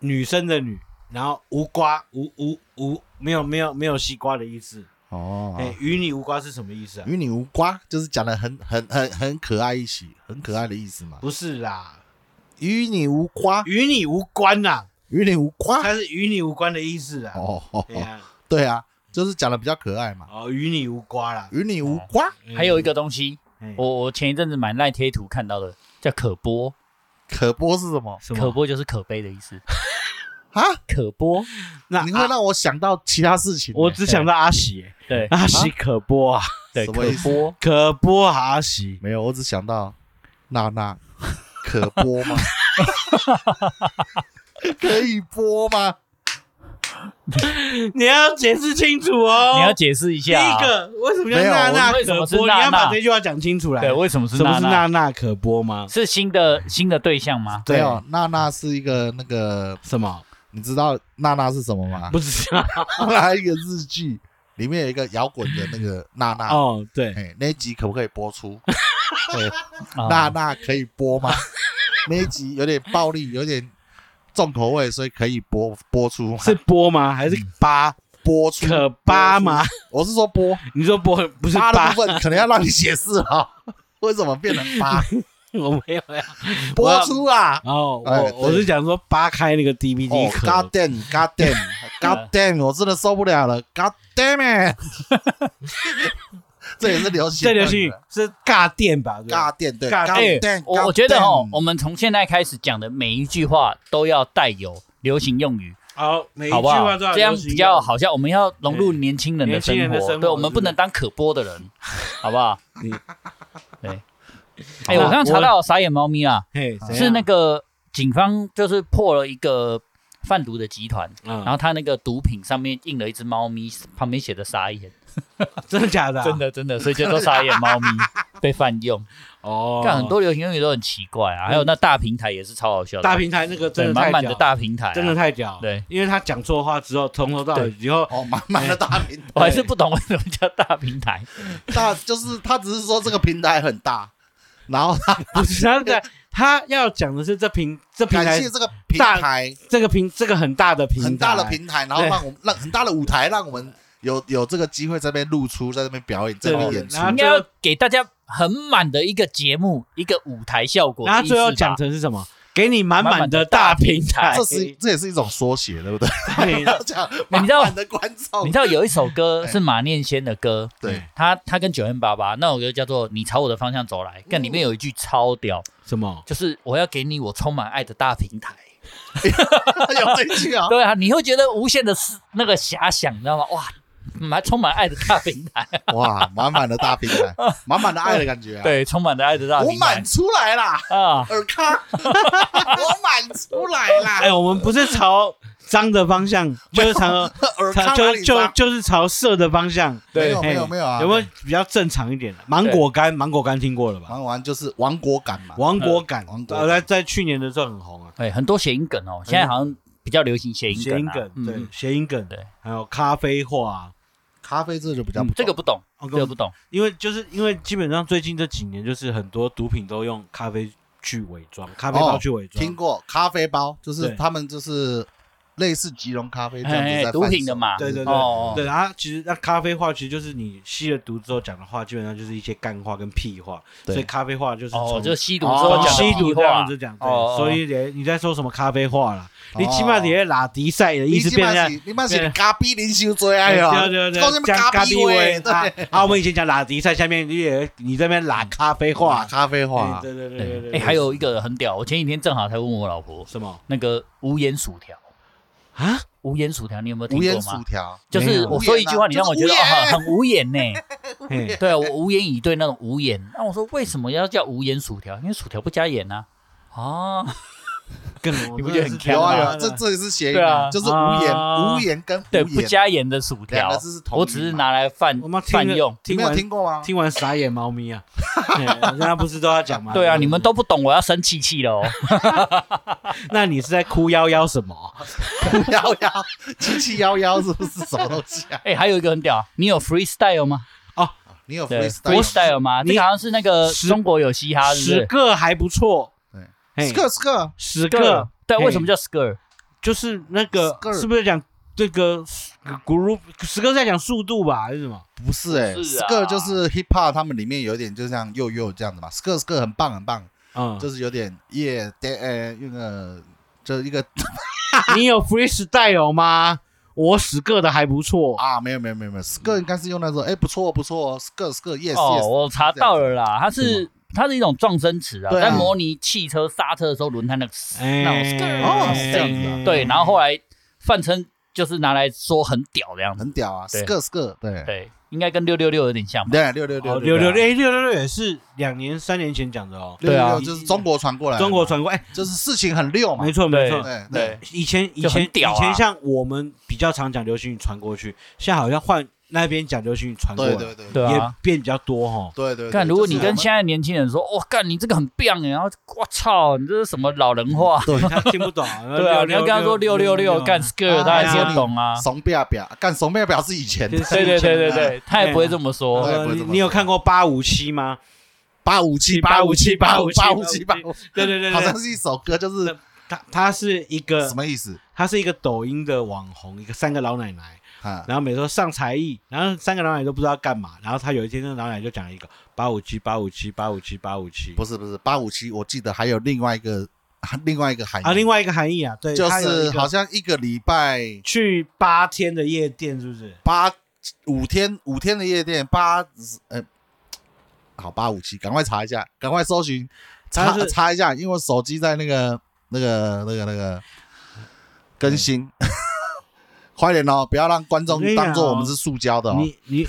[SPEAKER 2] 女生的女，然后无瓜，无无无，没有没有没有西瓜的意思。
[SPEAKER 3] 哦，
[SPEAKER 2] 哎，与你无瓜是什么意思啊？
[SPEAKER 3] 与你无瓜，就是讲的很很很很可爱一起，很可爱的意思嘛。
[SPEAKER 2] 不是啦，
[SPEAKER 3] 与你无瓜，
[SPEAKER 2] 与你无关啊呐、
[SPEAKER 3] 与你无瓜。
[SPEAKER 2] 它是与你无关的意思啊。
[SPEAKER 3] 啊哦哦
[SPEAKER 2] 对
[SPEAKER 3] 哦，
[SPEAKER 2] 呀、
[SPEAKER 3] 对啊，就是讲的比较可爱嘛。
[SPEAKER 2] 哦，与你无瓜啦。
[SPEAKER 3] 与你无瓜，
[SPEAKER 2] 嗯
[SPEAKER 1] 还有一，个东西，
[SPEAKER 2] 哎
[SPEAKER 1] 我我前一阵子买赖贴图看到的，叫可播，
[SPEAKER 3] 可播是什么
[SPEAKER 2] 什
[SPEAKER 1] 可
[SPEAKER 2] 么？
[SPEAKER 1] 播就是可悲的意思，
[SPEAKER 3] 啊？
[SPEAKER 1] 可播，
[SPEAKER 2] 那
[SPEAKER 3] 你会
[SPEAKER 2] 啊
[SPEAKER 3] 让我想到其他事情呢。欸
[SPEAKER 2] 我只想到阿喜、
[SPEAKER 1] 对
[SPEAKER 2] 阿喜可播啊，
[SPEAKER 1] 对，
[SPEAKER 3] 什
[SPEAKER 1] 可
[SPEAKER 3] 么意思
[SPEAKER 1] 播，
[SPEAKER 2] 可播阿喜。
[SPEAKER 3] 没有，我只想到娜娜，可播吗？ 可以播吗？
[SPEAKER 2] 你要解释清楚哦。
[SPEAKER 1] 你要解释一
[SPEAKER 2] 第
[SPEAKER 1] 下啊，
[SPEAKER 2] 一个为什么
[SPEAKER 3] 没
[SPEAKER 2] 叫
[SPEAKER 3] 有
[SPEAKER 2] 娜娜
[SPEAKER 1] 我为什
[SPEAKER 2] 可
[SPEAKER 1] 么是
[SPEAKER 2] 播？你
[SPEAKER 1] 娜
[SPEAKER 2] 要把
[SPEAKER 1] 娜
[SPEAKER 2] 这句话讲清楚来。
[SPEAKER 1] 对，为什么是
[SPEAKER 2] 什么
[SPEAKER 1] 娜
[SPEAKER 2] 是
[SPEAKER 1] 娜？
[SPEAKER 2] 娜娜可播吗？
[SPEAKER 1] 是新的新的对象吗？啊
[SPEAKER 3] 没有，娜娜是一个那个，
[SPEAKER 2] 什么？
[SPEAKER 3] 你知道娜娜是什么 吗？
[SPEAKER 2] 不啊知 道
[SPEAKER 3] 娜娜一个日剧，里面有一个摇滚的那个娜娜。
[SPEAKER 2] 哦，对，
[SPEAKER 3] 哎，那一集可不可以播出？
[SPEAKER 1] 啊
[SPEAKER 3] 娜娜可以播吗？那一集有点暴力，有点重口味，所以可以播播出吗？
[SPEAKER 2] 是播吗？还是
[SPEAKER 3] 嗯
[SPEAKER 2] 八
[SPEAKER 3] 播出
[SPEAKER 2] 可八吗？？
[SPEAKER 3] 播出我是说播
[SPEAKER 2] 你说播不是
[SPEAKER 3] 八
[SPEAKER 2] 八
[SPEAKER 3] 的？部分，可能要让你解释啊，为什么变成八？
[SPEAKER 2] 我没有呀。
[SPEAKER 3] 播出啊！
[SPEAKER 2] 哦，
[SPEAKER 3] 哎
[SPEAKER 2] 我
[SPEAKER 3] 对
[SPEAKER 2] 我是想说扒开那个 DVD
[SPEAKER 3] 哦
[SPEAKER 2] 壳
[SPEAKER 3] ，God damn，God damn，God damn，我真的受不了了，God damn it！这也是流行，
[SPEAKER 2] 这流行语是尬电吧？对吧
[SPEAKER 3] ，God damn，对
[SPEAKER 2] 尬
[SPEAKER 3] ，God
[SPEAKER 1] 哎
[SPEAKER 3] damn，
[SPEAKER 1] 我我觉得哦，我们从现在开始讲的每一句话都要带有流行用语，
[SPEAKER 2] 好，每一句
[SPEAKER 1] 好不
[SPEAKER 2] 话
[SPEAKER 1] 好？
[SPEAKER 2] 都要
[SPEAKER 1] 这样
[SPEAKER 2] 流行
[SPEAKER 1] 比较
[SPEAKER 2] 用。
[SPEAKER 1] 好像我们要融入年轻人的
[SPEAKER 2] 年轻
[SPEAKER 1] 生
[SPEAKER 2] 人的
[SPEAKER 1] 活，
[SPEAKER 2] 生活
[SPEAKER 1] 对，我们
[SPEAKER 2] 是
[SPEAKER 1] 不
[SPEAKER 2] 不是
[SPEAKER 1] 能当可播的 人，好不好？
[SPEAKER 2] 你
[SPEAKER 1] 对，
[SPEAKER 2] 好
[SPEAKER 1] 哎，我刚
[SPEAKER 2] 那
[SPEAKER 1] 刚查
[SPEAKER 2] 我
[SPEAKER 1] 到傻眼猫咪啊，
[SPEAKER 2] 嘿，怎样
[SPEAKER 1] 是那个警方就是破了一个贩毒的集团，然
[SPEAKER 2] 嗯，
[SPEAKER 1] 后他那个毒品上面印了一只猫咪，旁边写的傻 眼，
[SPEAKER 2] 真的假的啊？
[SPEAKER 1] 真的真的，所以叫做傻眼 猫咪被泛用。
[SPEAKER 2] 哦，嗯
[SPEAKER 1] 但很多流行用语都很奇怪啊，还有那大平台也是超好笑的，
[SPEAKER 2] 大平台那个
[SPEAKER 1] 对
[SPEAKER 2] 真的
[SPEAKER 1] 满
[SPEAKER 2] 太
[SPEAKER 1] 满
[SPEAKER 2] 屌
[SPEAKER 1] 的，大平台啊，
[SPEAKER 2] 真的太屌。
[SPEAKER 1] 对，
[SPEAKER 2] 因为他讲错话之后，从头到尾以后
[SPEAKER 3] 哦，满满的大平
[SPEAKER 1] 我还是不懂为什么叫大平台，
[SPEAKER 3] 大，就是他只是说这个平台很大，然后他
[SPEAKER 2] 不是他在他要讲的是这平这平
[SPEAKER 3] 感
[SPEAKER 2] 台
[SPEAKER 3] 谢这个平台，
[SPEAKER 2] 这个平这个很大的平台
[SPEAKER 3] 很大的平台，然后让我们让很大的舞台，让我们有有这个机会在这边露出，在这边表演，在
[SPEAKER 2] 对
[SPEAKER 3] 这
[SPEAKER 2] 对
[SPEAKER 3] 边
[SPEAKER 2] 对
[SPEAKER 3] 演出
[SPEAKER 2] 然。后
[SPEAKER 1] 应该要给大家很满的一个节目，一个舞台效果的
[SPEAKER 2] 然
[SPEAKER 1] 意思吧。
[SPEAKER 2] 后最后讲成是什么？给你满
[SPEAKER 1] 满
[SPEAKER 2] 满
[SPEAKER 1] 的
[SPEAKER 2] 的
[SPEAKER 1] 大
[SPEAKER 2] 大平台，
[SPEAKER 3] 这是这也是一种缩写，对不对？
[SPEAKER 2] 对
[SPEAKER 3] 讲
[SPEAKER 1] 你知道
[SPEAKER 3] 满满的观众，
[SPEAKER 1] 你知道有一首
[SPEAKER 2] 哎
[SPEAKER 1] 歌是马念先的歌，
[SPEAKER 3] 对
[SPEAKER 1] 他他跟九 N 八八那首歌叫做《你朝我的方向走来》，
[SPEAKER 2] 哦
[SPEAKER 1] 但里面有一句超屌，
[SPEAKER 2] 什么？
[SPEAKER 1] 就是我要给你我充满爱的大平台。
[SPEAKER 3] 有这一句啊？
[SPEAKER 1] 对啊，你会觉得无限的思那个遐想，你知道吗？哇，满充满爱的大平 台，
[SPEAKER 3] 哇，满满的大平台，满满的爱的感觉啊！
[SPEAKER 1] 对，充满了爱的大
[SPEAKER 3] 我
[SPEAKER 1] 平台
[SPEAKER 3] 满出来啦，
[SPEAKER 1] 啊，
[SPEAKER 3] 尔康，我满出来啦，
[SPEAKER 2] 哎，我们不是朝脏的方向，就是朝
[SPEAKER 3] 尔
[SPEAKER 2] 朝
[SPEAKER 3] 康哪
[SPEAKER 2] 就
[SPEAKER 3] 里
[SPEAKER 2] 就
[SPEAKER 3] 脏
[SPEAKER 2] 就是朝色的方向。
[SPEAKER 3] 没
[SPEAKER 1] 对
[SPEAKER 3] 有没有
[SPEAKER 2] 哎
[SPEAKER 3] 没有啊？
[SPEAKER 2] 有没有比较正常一点的？芒果干，芒果干听过了吧？
[SPEAKER 3] 玩完就是亡国感嘛？
[SPEAKER 2] 王国感，
[SPEAKER 3] 王国感
[SPEAKER 2] 呃，在在去年的时候很红啊，
[SPEAKER 1] 对，很多谐音梗哦，现在好像比较流行谐音
[SPEAKER 2] 谐
[SPEAKER 1] 梗
[SPEAKER 2] 音
[SPEAKER 1] 啊，
[SPEAKER 2] 梗，
[SPEAKER 1] 嗯
[SPEAKER 2] 对
[SPEAKER 1] 嗯，
[SPEAKER 2] 谐音梗，
[SPEAKER 1] 对，
[SPEAKER 2] 还有咖啡话啊，
[SPEAKER 3] 咖啡这就比较
[SPEAKER 1] 嗯这个不懂，
[SPEAKER 2] 哦
[SPEAKER 1] 这个不懂，
[SPEAKER 2] 因为就是因为基本上最近这几年，就是很多毒品都用咖啡去伪装，咖啡包去伪装。
[SPEAKER 3] 哦听过咖啡包，就是
[SPEAKER 2] 对
[SPEAKER 3] 他们就是类似吉隆咖啡这样
[SPEAKER 1] 哎
[SPEAKER 3] 子在，贩
[SPEAKER 1] 毒品的
[SPEAKER 3] 售
[SPEAKER 1] 嘛，
[SPEAKER 2] 对对对
[SPEAKER 1] 哦，
[SPEAKER 2] 对，然后其实那咖啡话其实就是你吸了毒之后讲的话，基本上就是一些干话跟屁话，
[SPEAKER 3] 对
[SPEAKER 2] 所以咖啡话就是
[SPEAKER 1] 哦，
[SPEAKER 2] 从
[SPEAKER 1] 就吸毒之
[SPEAKER 2] 从
[SPEAKER 1] 后讲
[SPEAKER 2] 吸
[SPEAKER 1] 的
[SPEAKER 2] 毒
[SPEAKER 1] 屁
[SPEAKER 2] 这
[SPEAKER 1] 话
[SPEAKER 2] 样子，讲，
[SPEAKER 1] 哦
[SPEAKER 2] 对，所以你你在说什么咖啡话啦？你起码
[SPEAKER 3] 哦
[SPEAKER 2] 你在拉迪赛的意思
[SPEAKER 3] 你
[SPEAKER 2] 变成
[SPEAKER 3] 起码是你妈
[SPEAKER 2] 变
[SPEAKER 3] 是
[SPEAKER 2] 成
[SPEAKER 3] 咖啡零修最爱
[SPEAKER 2] 哎
[SPEAKER 3] 哦，
[SPEAKER 2] 对对
[SPEAKER 3] 讲
[SPEAKER 2] 对，
[SPEAKER 3] 什么
[SPEAKER 2] 讲
[SPEAKER 3] 咖
[SPEAKER 2] 咖
[SPEAKER 3] 啡
[SPEAKER 2] 啡味
[SPEAKER 3] 味
[SPEAKER 2] 啊
[SPEAKER 3] 对
[SPEAKER 2] 啊！我们以前讲拉迪赛，下面你也你这边拉咖啡
[SPEAKER 3] 哇，
[SPEAKER 2] 话，
[SPEAKER 3] 咖啡
[SPEAKER 2] 哎
[SPEAKER 3] 话，
[SPEAKER 2] 对对对对
[SPEAKER 1] 对，
[SPEAKER 2] 对
[SPEAKER 1] 哎，
[SPEAKER 2] 对，
[SPEAKER 1] 还有一个很屌，我前几天正好才问我老婆
[SPEAKER 2] 什么
[SPEAKER 1] 那个无盐薯条，
[SPEAKER 2] 啊？
[SPEAKER 1] 无盐薯条你有没有听
[SPEAKER 3] 无烟
[SPEAKER 1] 过
[SPEAKER 3] 薯
[SPEAKER 1] 吗？
[SPEAKER 3] 条，
[SPEAKER 1] 就
[SPEAKER 2] 没
[SPEAKER 1] 是
[SPEAKER 2] 有
[SPEAKER 1] 我说一句话，你让我觉得
[SPEAKER 3] 无言啊
[SPEAKER 1] 哦很很无言呢。
[SPEAKER 2] 嘿
[SPEAKER 1] 对啊，我无言以对那种无言。那我说为什么要叫无盐薯条？因为薯条不加盐啊。
[SPEAKER 2] 哦
[SPEAKER 1] 啊，
[SPEAKER 2] 更
[SPEAKER 1] 你不觉得很
[SPEAKER 3] 有啊有啊，
[SPEAKER 2] 哎对
[SPEAKER 3] 这这也是谐音
[SPEAKER 1] 对
[SPEAKER 3] 啊，
[SPEAKER 1] 啊
[SPEAKER 3] 就是无言
[SPEAKER 2] 啊
[SPEAKER 3] 无言跟
[SPEAKER 1] 对，
[SPEAKER 3] 无
[SPEAKER 1] 不
[SPEAKER 3] 言
[SPEAKER 1] 加盐的薯条
[SPEAKER 3] 两个，字是同音嘛，
[SPEAKER 1] 我只是拿来饭
[SPEAKER 2] 我妈听
[SPEAKER 1] 饭
[SPEAKER 2] 了
[SPEAKER 1] 用。
[SPEAKER 3] 你
[SPEAKER 2] 听
[SPEAKER 3] 没有
[SPEAKER 2] 完
[SPEAKER 3] 听过吗？
[SPEAKER 2] 听完傻眼猫 咪啊！嘿人家不是都要讲吗？
[SPEAKER 1] 对啊，你们都不懂，我要生气气了哦。
[SPEAKER 2] 那你是在哭幺幺什么？
[SPEAKER 3] 幺幺七七幺幺是不是什么东西啊？
[SPEAKER 1] 哎，还有一个很屌，你有 freestyle 吗？
[SPEAKER 3] 你有
[SPEAKER 1] 对
[SPEAKER 3] freestyle
[SPEAKER 1] ，freestyle 吗？
[SPEAKER 2] 你
[SPEAKER 1] 这个好像是那个
[SPEAKER 2] 十
[SPEAKER 1] 中国有嘻哈，是不
[SPEAKER 2] 十
[SPEAKER 1] 是？
[SPEAKER 2] 个还不错，
[SPEAKER 3] 对
[SPEAKER 2] 嘿，
[SPEAKER 3] s k i r s k i r
[SPEAKER 2] 十
[SPEAKER 1] 个
[SPEAKER 2] 个，
[SPEAKER 1] 对，
[SPEAKER 2] 嘿
[SPEAKER 1] 为什么叫 skr？
[SPEAKER 2] 就是那个
[SPEAKER 3] 十个
[SPEAKER 2] 是不是讲这个 group 十个在讲速度吧，还是什么？
[SPEAKER 3] 不是哎
[SPEAKER 1] 不是
[SPEAKER 3] s
[SPEAKER 1] 啊
[SPEAKER 3] k i r 就是 hip hop，他们里面有点就像幼幼这样的嘛 s k i r s k i r 很棒很棒，
[SPEAKER 2] 嗯，
[SPEAKER 3] 就是有点耶对呃那个就是一个
[SPEAKER 2] 你有 freestyle 吗？我十个的还不错，
[SPEAKER 3] 啊没有没有没有没有 s k i r 应该是用那种哎不错不错 s k i r s k i r yes
[SPEAKER 1] 哦，
[SPEAKER 3] yes，
[SPEAKER 1] 我查到了啦，它
[SPEAKER 3] 是
[SPEAKER 1] 是它是一种撞声词啊，
[SPEAKER 3] 对啊
[SPEAKER 1] 在模拟汽车刹车的时候轮胎那个
[SPEAKER 2] 哎
[SPEAKER 1] 那种
[SPEAKER 3] 哦
[SPEAKER 1] skr
[SPEAKER 3] 是这样子啊
[SPEAKER 1] 对，然后后来泛称就是拿来说很屌的样子，
[SPEAKER 3] 很屌啊 s
[SPEAKER 1] 对
[SPEAKER 3] k i r s k i r 对
[SPEAKER 1] 对，应该跟六六六有点像吧？
[SPEAKER 3] 对六六
[SPEAKER 2] 哦六六
[SPEAKER 3] 六六
[SPEAKER 2] 六哎六六六也是两年三年前讲的哦，
[SPEAKER 3] 六
[SPEAKER 1] 对啊
[SPEAKER 3] 六就是中国传过来的嘛，
[SPEAKER 2] 中国传过，哎，
[SPEAKER 3] 就是事情很溜嘛
[SPEAKER 2] 没，错没错，
[SPEAKER 3] 对对
[SPEAKER 1] 对，
[SPEAKER 2] 以前以
[SPEAKER 1] 就很
[SPEAKER 2] 前、
[SPEAKER 1] 屌啊
[SPEAKER 2] 以前像我们比较常讲流行语传过去，现在好像换那边讲流行语传过来，
[SPEAKER 3] 对对对
[SPEAKER 1] 对
[SPEAKER 2] 也
[SPEAKER 1] 啊。
[SPEAKER 2] 变比较多哦哈。
[SPEAKER 3] 对对，
[SPEAKER 1] 看，如果你跟
[SPEAKER 3] 现
[SPEAKER 1] 现在年轻人说，哇，干，你这个很棒欸然后我操，你这是什么老人话？
[SPEAKER 3] 对
[SPEAKER 2] 他听不懂，
[SPEAKER 3] 嗯
[SPEAKER 1] 对啊，你要跟他说六六六干 skr，
[SPEAKER 3] 啊
[SPEAKER 1] 他还听得懂啊。
[SPEAKER 3] 怂表表干怂表表是以前的
[SPEAKER 1] 对对对对
[SPEAKER 3] 对
[SPEAKER 1] 对，他
[SPEAKER 3] 哎
[SPEAKER 1] 也不会这么
[SPEAKER 3] 我
[SPEAKER 1] 说。
[SPEAKER 3] 也不会
[SPEAKER 2] 呃你
[SPEAKER 3] 这么说
[SPEAKER 2] 你有看过八五七吗？
[SPEAKER 3] 八五七八五七八五八五七八五，
[SPEAKER 2] 对对对
[SPEAKER 3] 好
[SPEAKER 2] 对
[SPEAKER 3] 像，是一首歌，就是
[SPEAKER 2] 他他是一
[SPEAKER 3] 什
[SPEAKER 2] 个
[SPEAKER 3] 么意思
[SPEAKER 2] 他是一个抖音的网红，一个三个老奶奶，
[SPEAKER 3] 啊？
[SPEAKER 2] 然后每次都上才艺，然后三个老奶奶都不知道干嘛，然后他有一天那个老奶奶就讲了一个八五七八五七八五七八五七
[SPEAKER 3] 不是不是八五七，我记得还有另外一个另外一个含义
[SPEAKER 2] 啊，另外一个含义啊，对，
[SPEAKER 3] 就
[SPEAKER 2] 它有一
[SPEAKER 3] 是
[SPEAKER 2] 个
[SPEAKER 3] 好像一个礼拜
[SPEAKER 2] 去八天的夜店是不是？
[SPEAKER 3] 八五天五天的夜店八呃，好八五七，赶快查一下，赶快搜寻查
[SPEAKER 2] 它是
[SPEAKER 3] 查一下，因为我手机在那个那个那个那个
[SPEAKER 2] 嗯
[SPEAKER 3] 更新。快点哦！不要让观众
[SPEAKER 2] 我跟你讲哦
[SPEAKER 3] 当做我们是塑胶的哦。
[SPEAKER 2] 你你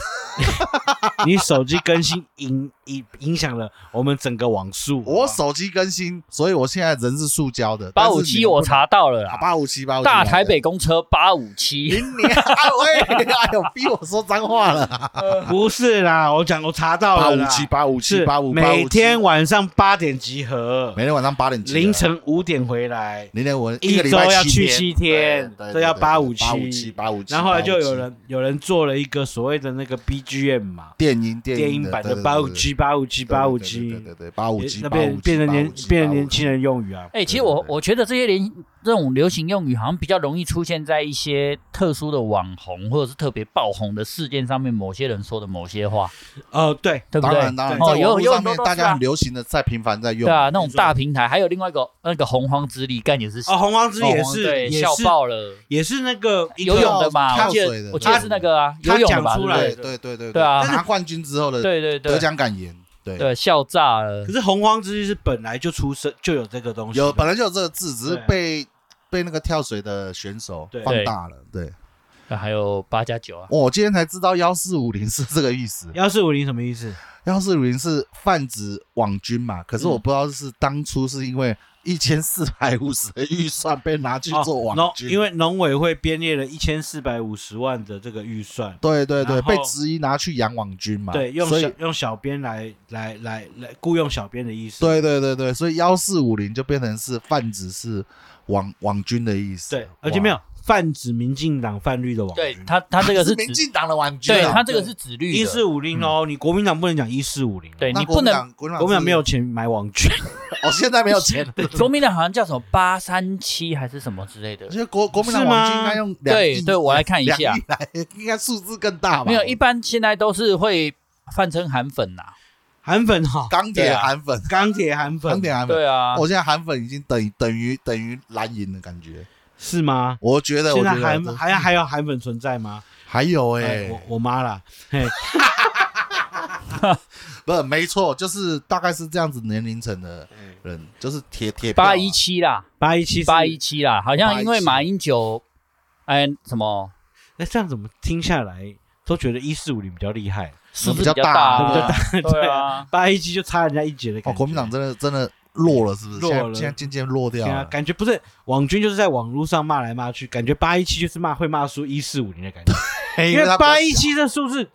[SPEAKER 2] 你手机更新影影影响了我们整个网速。
[SPEAKER 3] 我手机更新，所以我现在人是塑胶的。
[SPEAKER 1] 八五七我查到了
[SPEAKER 3] 啊，
[SPEAKER 1] 啦，
[SPEAKER 3] 八五七八五
[SPEAKER 1] 大台北公车八五七。
[SPEAKER 3] 零年啊喂，哎呦，逼我说脏话了。
[SPEAKER 2] 不是啦，我讲我查到
[SPEAKER 3] 八
[SPEAKER 2] 了
[SPEAKER 3] 五
[SPEAKER 2] 啦
[SPEAKER 3] 七八五七
[SPEAKER 2] 是
[SPEAKER 3] 八五
[SPEAKER 2] 每天晚上八点集合，
[SPEAKER 3] 每天晚上八点
[SPEAKER 2] 凌晨五点回来，
[SPEAKER 3] 零点我
[SPEAKER 2] 一
[SPEAKER 3] 个礼拜
[SPEAKER 2] 周要去
[SPEAKER 3] 七
[SPEAKER 2] 七天
[SPEAKER 3] 对对
[SPEAKER 2] 这要
[SPEAKER 3] 对对
[SPEAKER 2] 八
[SPEAKER 3] 对
[SPEAKER 2] 五
[SPEAKER 3] 八五七
[SPEAKER 2] 七
[SPEAKER 3] 八五七。
[SPEAKER 2] 然后后来就
[SPEAKER 3] 857
[SPEAKER 2] 有人有人做了一个所谓的那个 BGM 嘛，
[SPEAKER 3] 电音电
[SPEAKER 2] 电
[SPEAKER 3] 音
[SPEAKER 2] 音
[SPEAKER 3] 的
[SPEAKER 2] 版
[SPEAKER 3] 对
[SPEAKER 2] 的
[SPEAKER 3] 对对
[SPEAKER 2] 八五
[SPEAKER 3] 对
[SPEAKER 2] 七八五七八五七，
[SPEAKER 3] 对对对对对，八五七
[SPEAKER 2] 那变变成年变成年轻人用语啊。
[SPEAKER 1] 哎、其实我
[SPEAKER 3] 对对对
[SPEAKER 1] 我觉得这些流这种流行用语好像比较容易出现在一些特殊的网红或者是特别爆红的事件上面，某些人说的某些话，
[SPEAKER 2] 呃，对，
[SPEAKER 1] 对不
[SPEAKER 3] 当
[SPEAKER 1] 对？
[SPEAKER 3] 然当然，
[SPEAKER 1] 哦
[SPEAKER 3] 在
[SPEAKER 1] 有
[SPEAKER 3] 网
[SPEAKER 1] 有
[SPEAKER 3] 络上
[SPEAKER 1] 很多
[SPEAKER 3] 面
[SPEAKER 1] 都
[SPEAKER 3] 大
[SPEAKER 1] 是
[SPEAKER 3] 家
[SPEAKER 1] 啊
[SPEAKER 3] 很流行的在频繁在用
[SPEAKER 1] 对，啊，那种
[SPEAKER 2] 没错
[SPEAKER 1] 大平台，还有另外一个那个洪荒之力，干也是
[SPEAKER 2] 哦，洪荒之
[SPEAKER 1] 哦
[SPEAKER 2] 也
[SPEAKER 1] 洪
[SPEAKER 2] 是
[SPEAKER 1] 对
[SPEAKER 2] 也
[SPEAKER 1] 笑
[SPEAKER 2] 是
[SPEAKER 1] 爆了，
[SPEAKER 2] 也是那个一个
[SPEAKER 1] 游泳的嘛，
[SPEAKER 3] 跳
[SPEAKER 1] 我记
[SPEAKER 3] 跳水的
[SPEAKER 1] 得我记得是那个啊，
[SPEAKER 2] 他
[SPEAKER 1] 游泳的
[SPEAKER 2] 讲
[SPEAKER 1] 吧，
[SPEAKER 2] 出
[SPEAKER 1] 对不
[SPEAKER 2] 来
[SPEAKER 1] 对
[SPEAKER 3] 对对对对
[SPEAKER 1] 对啊
[SPEAKER 3] 拿冠军之后的
[SPEAKER 1] 对对
[SPEAKER 3] 得
[SPEAKER 1] 对，
[SPEAKER 3] 奖感言，对，
[SPEAKER 1] 对笑炸了
[SPEAKER 2] 可，是洪荒之力是本来就出生就有这个东西的，
[SPEAKER 3] 有本来就有这个字，只是
[SPEAKER 2] 对
[SPEAKER 3] 被被那个跳水的选手
[SPEAKER 2] 对
[SPEAKER 3] 放大了。对，
[SPEAKER 1] 还有八加九啊，
[SPEAKER 3] 我哦今天才知道幺四五零是这个意思，
[SPEAKER 2] 幺四五零什么意思？
[SPEAKER 3] 幺四五零是泛指网军嘛，可是我
[SPEAKER 2] 嗯
[SPEAKER 3] 不知道是当初是因为一千四百五十的预算被拿去做
[SPEAKER 2] 哦
[SPEAKER 3] 网
[SPEAKER 2] 农
[SPEAKER 3] 军，
[SPEAKER 2] 因为农委会编列了一千四百五十万的这个预算，
[SPEAKER 3] 对对对，
[SPEAKER 2] 然后
[SPEAKER 3] 被质疑拿去养网军嘛，
[SPEAKER 2] 对，用
[SPEAKER 3] 所以
[SPEAKER 2] 小用小编来来来来雇佣小编的意思，
[SPEAKER 3] 对对对对，所以幺四五零就变成是泛指是网网军的意思，
[SPEAKER 2] 对，而且没有泛指民进党泛绿的网
[SPEAKER 1] 对
[SPEAKER 2] 军，
[SPEAKER 1] 他他这
[SPEAKER 3] 这
[SPEAKER 1] 个是
[SPEAKER 3] 民
[SPEAKER 1] 指，
[SPEAKER 3] 进党的网军
[SPEAKER 1] 对
[SPEAKER 3] 啊，
[SPEAKER 1] 他这个是指绿
[SPEAKER 2] 一四
[SPEAKER 1] 的，
[SPEAKER 2] 五零哦，你国民党不能讲一四五零，啊
[SPEAKER 1] 对
[SPEAKER 3] 嗯那
[SPEAKER 1] 你
[SPEAKER 3] 国
[SPEAKER 1] 不
[SPEAKER 3] 民
[SPEAKER 1] 能
[SPEAKER 3] 党国民
[SPEAKER 2] 国民
[SPEAKER 3] 党
[SPEAKER 2] 党
[SPEAKER 3] 是
[SPEAKER 2] 没有，钱买网军，
[SPEAKER 3] 哦，现在没有钱，
[SPEAKER 1] 对国民党好像叫什么八三七还是什么之类的
[SPEAKER 3] 我，觉得国国民党
[SPEAKER 2] 是
[SPEAKER 3] 网军
[SPEAKER 2] 吗
[SPEAKER 3] 应该用两
[SPEAKER 1] 对
[SPEAKER 3] 亿，
[SPEAKER 1] 对，我来看一
[SPEAKER 3] 两
[SPEAKER 1] 下
[SPEAKER 3] 亿，来， 应该数字更大吧？
[SPEAKER 1] 没有，一般现在都是会泛称韩粉呐，
[SPEAKER 2] 韩粉哈，
[SPEAKER 3] 钢铁
[SPEAKER 1] 对啊
[SPEAKER 3] 韩粉，
[SPEAKER 2] 钢铁韩
[SPEAKER 3] 钢
[SPEAKER 2] 粉
[SPEAKER 3] 铁韩粉，哦
[SPEAKER 1] 对啊，
[SPEAKER 3] 我现在韩粉已经等于等于等于蓝银的感觉，
[SPEAKER 2] 是吗？
[SPEAKER 3] 我觉得
[SPEAKER 2] 现
[SPEAKER 3] 我
[SPEAKER 2] 在
[SPEAKER 3] 觉
[SPEAKER 2] 韩
[SPEAKER 3] 得
[SPEAKER 2] 还还有韩粉存在吗？
[SPEAKER 3] 还有
[SPEAKER 2] 哎，
[SPEAKER 3] 哎，
[SPEAKER 2] 我我妈啦，嘿，
[SPEAKER 3] 不是没错，就是大概是这样子年龄层的
[SPEAKER 2] 嗯
[SPEAKER 3] 人，就是铁铁票啊
[SPEAKER 1] 八一七啦，
[SPEAKER 2] 八一七
[SPEAKER 1] 八一，七啦，好像因为
[SPEAKER 3] 817
[SPEAKER 1] 马英九，哎，什么
[SPEAKER 2] 那哎这样怎么听下来都觉得一四五零比较厉害？
[SPEAKER 1] 狮子
[SPEAKER 3] 比较
[SPEAKER 1] 大
[SPEAKER 2] 比较
[SPEAKER 1] 啊，对
[SPEAKER 2] 对
[SPEAKER 1] 啊，
[SPEAKER 2] 八一七就差人家一截的
[SPEAKER 3] 哦，
[SPEAKER 2] 感觉。
[SPEAKER 3] 国民党真的真的弱了，是不是？
[SPEAKER 2] 弱
[SPEAKER 3] 现在
[SPEAKER 2] 了
[SPEAKER 3] 现在渐渐弱掉
[SPEAKER 2] 对啊，
[SPEAKER 3] 了。
[SPEAKER 2] 感觉不是网军就是在网络上骂来骂去，感觉八一七就是骂会骂输一四五零的感觉， 因为
[SPEAKER 3] 他比较
[SPEAKER 2] 八一七这数字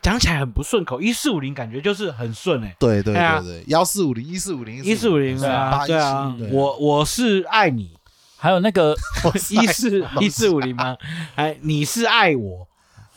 [SPEAKER 2] 讲起来很不顺口，一四五零感觉就是很顺哎、
[SPEAKER 3] 对对
[SPEAKER 2] 哎呀
[SPEAKER 3] 对对，幺四五零一四五零
[SPEAKER 2] 一四五零
[SPEAKER 1] 对啊
[SPEAKER 2] 啊，对啊， 我我是爱 你，
[SPEAKER 1] 还有那个
[SPEAKER 2] 一四一四五零吗？哎，你是爱我，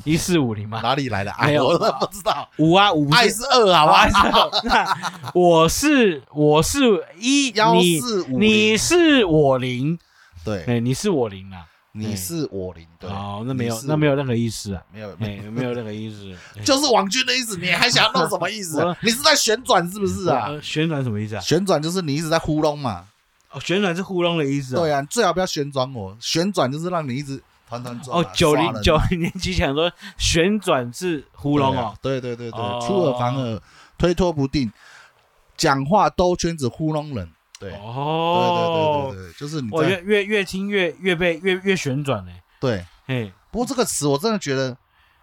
[SPEAKER 2] 一四五零吗？
[SPEAKER 3] 哪里来的
[SPEAKER 2] 没
[SPEAKER 3] 爱？
[SPEAKER 2] 有
[SPEAKER 3] 我都不知道，
[SPEAKER 2] 五啊五
[SPEAKER 3] 爱是二好
[SPEAKER 2] 好
[SPEAKER 3] 吧
[SPEAKER 2] 吧？？那 我是我是一
[SPEAKER 3] 幺
[SPEAKER 2] 你
[SPEAKER 3] 四五
[SPEAKER 2] 你是我零，
[SPEAKER 3] 对，
[SPEAKER 2] 哎，你是我零啦。
[SPEAKER 3] 你是我零对，
[SPEAKER 2] 哦，那没
[SPEAKER 3] 你
[SPEAKER 2] 有
[SPEAKER 3] 是
[SPEAKER 2] 那没有任何意思啊。
[SPEAKER 3] 没有没
[SPEAKER 2] 没
[SPEAKER 3] 有，
[SPEAKER 2] 没有任何意思，
[SPEAKER 3] 就是网军的意思，你还想弄什么意思
[SPEAKER 2] 哎
[SPEAKER 3] 啊
[SPEAKER 2] 我？
[SPEAKER 3] 你是在旋转是不是啊？
[SPEAKER 2] 呃旋转什么意思啊？
[SPEAKER 3] 旋转就是你一直在糊弄嘛，
[SPEAKER 2] 哦，旋转是糊弄的意思啊。
[SPEAKER 3] 对啊，你最好不要旋转我，旋转就是让你一直团团转
[SPEAKER 2] 哦
[SPEAKER 3] 嘛。，
[SPEAKER 2] 九
[SPEAKER 3] 刷人
[SPEAKER 2] 零
[SPEAKER 3] 嘛
[SPEAKER 2] 九零年级讲说旋转是糊弄哦，
[SPEAKER 3] 对啊，对对对
[SPEAKER 2] 哦
[SPEAKER 3] 对，出尔反尔，推脱不定，讲话兜圈子糊弄人，对，啊对对对啊
[SPEAKER 2] 哦，
[SPEAKER 3] 对对，就是你
[SPEAKER 2] 我
[SPEAKER 3] 在
[SPEAKER 2] 越越越听越越被越越旋转嘞，
[SPEAKER 3] 对。
[SPEAKER 2] 嘿，
[SPEAKER 3] 不过这个词我真的觉得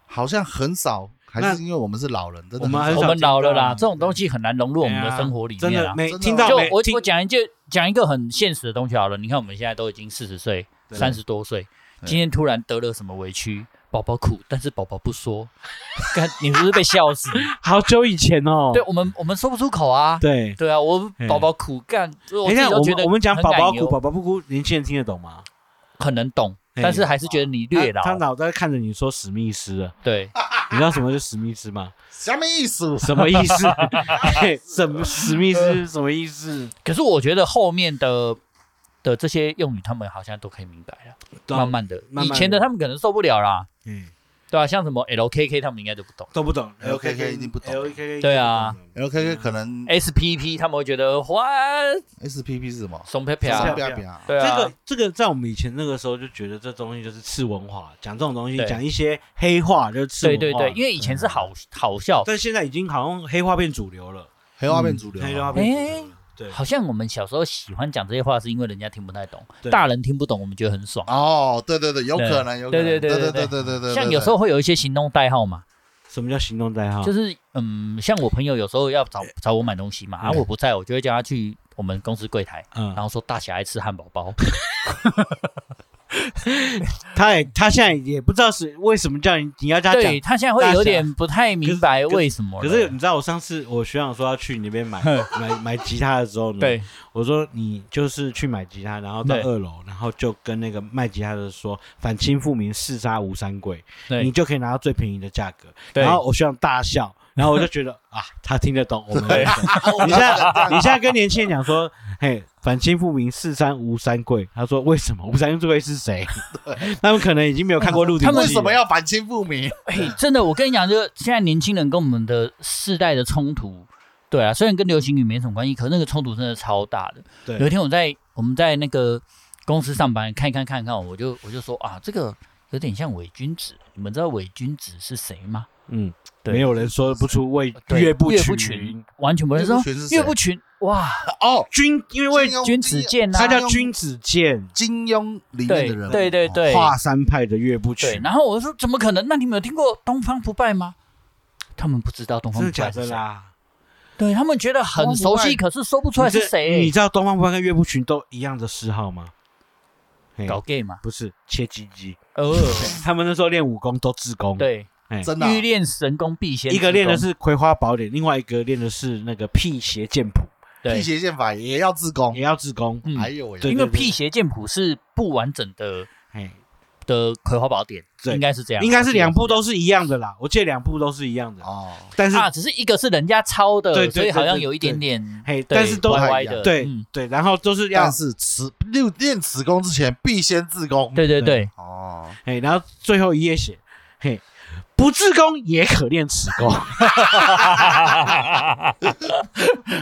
[SPEAKER 3] 好像很少，还
[SPEAKER 2] 那
[SPEAKER 3] 是因为我们是老人，真的
[SPEAKER 2] 我们
[SPEAKER 3] 很
[SPEAKER 2] 很
[SPEAKER 3] 少
[SPEAKER 1] 我
[SPEAKER 2] 少
[SPEAKER 1] 们老了
[SPEAKER 2] 听到
[SPEAKER 1] 啦，
[SPEAKER 2] 啊
[SPEAKER 1] 这种东西很难融入我们
[SPEAKER 2] 哎呀
[SPEAKER 1] 的生活里
[SPEAKER 2] 真
[SPEAKER 1] 面
[SPEAKER 2] 的
[SPEAKER 1] 啊。
[SPEAKER 2] 没
[SPEAKER 3] 真的
[SPEAKER 2] 听到
[SPEAKER 1] 就
[SPEAKER 2] 没
[SPEAKER 1] 我
[SPEAKER 2] 听
[SPEAKER 1] 我讲一句讲一个很现实的东西好了，你看我们现在都已经四十岁、
[SPEAKER 3] 对
[SPEAKER 1] 三十多岁，
[SPEAKER 3] 对
[SPEAKER 1] 今天突然得了什么委屈，宝宝哭，但是宝宝不说， 看你是不是被笑 死？
[SPEAKER 2] 好久以前哦，
[SPEAKER 1] 对我们我们说不出口啊。
[SPEAKER 2] 对。
[SPEAKER 1] 对啊，我
[SPEAKER 2] 哎
[SPEAKER 1] 宝宝苦干，我自己
[SPEAKER 2] 你看，
[SPEAKER 1] 都
[SPEAKER 2] 我
[SPEAKER 1] 觉
[SPEAKER 2] 们
[SPEAKER 1] 得
[SPEAKER 2] 我们讲
[SPEAKER 1] 很
[SPEAKER 2] 宝
[SPEAKER 1] 感哦
[SPEAKER 2] 宝哭，
[SPEAKER 1] 忧
[SPEAKER 2] 宝宝不哭，年轻人听得懂吗？
[SPEAKER 1] 很能懂，
[SPEAKER 2] 哎
[SPEAKER 1] 但是还是觉得你略
[SPEAKER 2] 他他
[SPEAKER 1] 老。
[SPEAKER 2] 脑袋看着你说史密斯了，
[SPEAKER 1] 对，
[SPEAKER 2] 你知道什么是史密斯吗？
[SPEAKER 3] 什么意思？
[SPEAKER 2] 什么意思？ 嘿什么史密斯是什么意思？
[SPEAKER 1] 可是我觉得后面的的这些用语，他们好像都可以明白了，慢慢的，
[SPEAKER 2] 啊慢慢
[SPEAKER 1] 以
[SPEAKER 2] 地
[SPEAKER 1] 前的他们可能受不了啦，
[SPEAKER 2] 嗯，
[SPEAKER 1] 对啊，像什么 LKK 他们应该就不懂
[SPEAKER 2] 都不懂哎
[SPEAKER 3] LKK 一定哎不懂
[SPEAKER 2] LKK
[SPEAKER 1] 对啊，
[SPEAKER 2] 哎
[SPEAKER 3] LKK 可
[SPEAKER 2] 嗯
[SPEAKER 3] 能
[SPEAKER 1] ，SPP 他们会觉得哇，
[SPEAKER 3] SPP 是什么？
[SPEAKER 1] 怂佩佩
[SPEAKER 2] 对啊
[SPEAKER 3] 上
[SPEAKER 1] 啊，
[SPEAKER 3] 啪啪
[SPEAKER 1] 对
[SPEAKER 2] 这
[SPEAKER 1] 啊，
[SPEAKER 2] 个这个在我们以前那个时候就觉得这东西就是次文化，讲这种东西
[SPEAKER 1] 对
[SPEAKER 2] 讲一些黑话就是次文
[SPEAKER 1] 对
[SPEAKER 2] 化，
[SPEAKER 1] 对对，因为以前是好好笑，
[SPEAKER 2] 但现在已经好像黑话变主流了，
[SPEAKER 3] 黑化变主流
[SPEAKER 2] 嗯
[SPEAKER 3] 啊，
[SPEAKER 2] 黑话变主
[SPEAKER 1] 哎
[SPEAKER 2] 流了，对
[SPEAKER 1] 好像我们小时候喜欢讲这些话，是因为人家听不太懂，
[SPEAKER 2] 对
[SPEAKER 1] 大人听不懂，我们觉得很爽。
[SPEAKER 3] 哦，对对对，有可能，有可能，
[SPEAKER 1] 对对
[SPEAKER 3] 对
[SPEAKER 1] 对
[SPEAKER 3] 对
[SPEAKER 1] 对
[SPEAKER 3] 对对对，
[SPEAKER 1] 像有时候会有一些行动代号嘛，
[SPEAKER 2] 什么叫行动代号？
[SPEAKER 1] 就是嗯，像我朋友有时候要找
[SPEAKER 2] 嗯
[SPEAKER 1] 找我买东西嘛，啊，
[SPEAKER 2] 对
[SPEAKER 1] 我不在，我就会叫他去我们公司柜台，
[SPEAKER 2] 嗯
[SPEAKER 1] 然，后说大侠爱吃汉堡包，
[SPEAKER 2] 他也他现在也不知道是为什么叫你你要叫他讲
[SPEAKER 1] 对。他现在会有点不太明白
[SPEAKER 2] 可是
[SPEAKER 1] 为什么了，
[SPEAKER 2] 可是你知道，我上次我学长说要去你那 边买买买吉他的时候呢，
[SPEAKER 1] 对
[SPEAKER 2] 我说你就是去买吉他，然后到
[SPEAKER 1] 对
[SPEAKER 2] 二楼，然后就跟那个卖吉他的说反清复明，四杀无三贵，你
[SPEAKER 1] 对
[SPEAKER 2] 就可以拿到最便宜的价格。
[SPEAKER 1] 对
[SPEAKER 2] 然后我学长大笑，然后我就觉得 啊，他听得懂我们的。
[SPEAKER 3] 你
[SPEAKER 2] 你现在 你现在跟年轻人讲说， 嘿，反清复明，四三无三贵。他说为什么吴三桂是谁？ 他们可能已经没有看过《鹿鼎记》
[SPEAKER 3] 他
[SPEAKER 2] 了。
[SPEAKER 3] 们为什么要反清复明？
[SPEAKER 1] 嘿，哎真的，我跟你讲，就是现在年轻人跟我们的世代的冲突，对啊，虽然跟流行语没什么关系，可那个冲突真的超大的。
[SPEAKER 2] 对
[SPEAKER 1] 有一天我在我们在那个公司上班，看一看看一看，我就我就说啊，这个有点像伪君子。你们知道伪君子是谁吗？
[SPEAKER 2] 嗯，
[SPEAKER 1] 对
[SPEAKER 2] 没有人说不出魏
[SPEAKER 1] 对
[SPEAKER 2] 岳不
[SPEAKER 1] 岳不
[SPEAKER 2] 群
[SPEAKER 1] 群。完全不会说
[SPEAKER 3] 岳不群是谁
[SPEAKER 1] 岳不群，哇，
[SPEAKER 3] 哦，
[SPEAKER 2] 君，因为
[SPEAKER 3] 金庸
[SPEAKER 1] 君子剑啊
[SPEAKER 2] 他叫君子剑，
[SPEAKER 3] 金庸里面
[SPEAKER 1] 对
[SPEAKER 3] 的人物，
[SPEAKER 1] 对对
[SPEAKER 3] 哦
[SPEAKER 1] 对
[SPEAKER 2] 华山派的岳不
[SPEAKER 1] 对。
[SPEAKER 2] 群。
[SPEAKER 1] 然后我说怎么可能？那你们有听过东方不败吗？他们不知道东方
[SPEAKER 2] 真的
[SPEAKER 1] 不
[SPEAKER 2] 假
[SPEAKER 1] 败
[SPEAKER 2] 的
[SPEAKER 1] 是谁，
[SPEAKER 2] 啦？
[SPEAKER 1] 对他们觉得很熟悉，
[SPEAKER 3] 东方
[SPEAKER 1] 可是说不出来是
[SPEAKER 2] 你
[SPEAKER 1] 谁。
[SPEAKER 2] 知道东方不败跟岳不群都一样的嗜好吗？嘿
[SPEAKER 1] 搞 gay 嘛？
[SPEAKER 2] 不是切鸡鸡，
[SPEAKER 1] 哦，
[SPEAKER 2] 他们那时候练武功都自宫，，
[SPEAKER 1] 对，
[SPEAKER 2] 哎
[SPEAKER 3] 真的啊
[SPEAKER 1] 欲练神功必先
[SPEAKER 2] 一个
[SPEAKER 1] 自
[SPEAKER 2] 练的
[SPEAKER 1] 宫
[SPEAKER 2] 是《葵花宝典》，另外一个练的是那个辟邪剑谱，
[SPEAKER 1] 对
[SPEAKER 3] 辟邪剑法也要自宫
[SPEAKER 2] 也，要自宫。
[SPEAKER 1] 嗯
[SPEAKER 3] 哎呦喂，
[SPEAKER 2] 对
[SPEAKER 1] 因为辟邪剑谱是不完整的
[SPEAKER 2] 哎，
[SPEAKER 1] 的葵花宝典，
[SPEAKER 2] 对
[SPEAKER 1] 应该是这样，
[SPEAKER 2] 应该是两部
[SPEAKER 1] 我记
[SPEAKER 2] 都是一样的啦，我记得两部都是一样的，
[SPEAKER 3] 哦，
[SPEAKER 2] 但
[SPEAKER 1] 得
[SPEAKER 2] 是
[SPEAKER 1] 啊，只是一个是人家抄的，
[SPEAKER 2] 对对
[SPEAKER 1] 所以
[SPEAKER 2] 对
[SPEAKER 1] 好像
[SPEAKER 2] 对
[SPEAKER 1] 有一点点
[SPEAKER 2] 嘿，
[SPEAKER 1] 对
[SPEAKER 2] 但是都
[SPEAKER 1] 歪
[SPEAKER 3] 还
[SPEAKER 1] 歪
[SPEAKER 3] 一样
[SPEAKER 1] 的，
[SPEAKER 2] 对
[SPEAKER 1] 嗯
[SPEAKER 2] 对，然后都是要
[SPEAKER 3] 但是此六练此功之前必先自宫，
[SPEAKER 1] 对对对，
[SPEAKER 3] 哦，
[SPEAKER 2] 嘿，然后最后一页写嘿，不自宫也可练此功，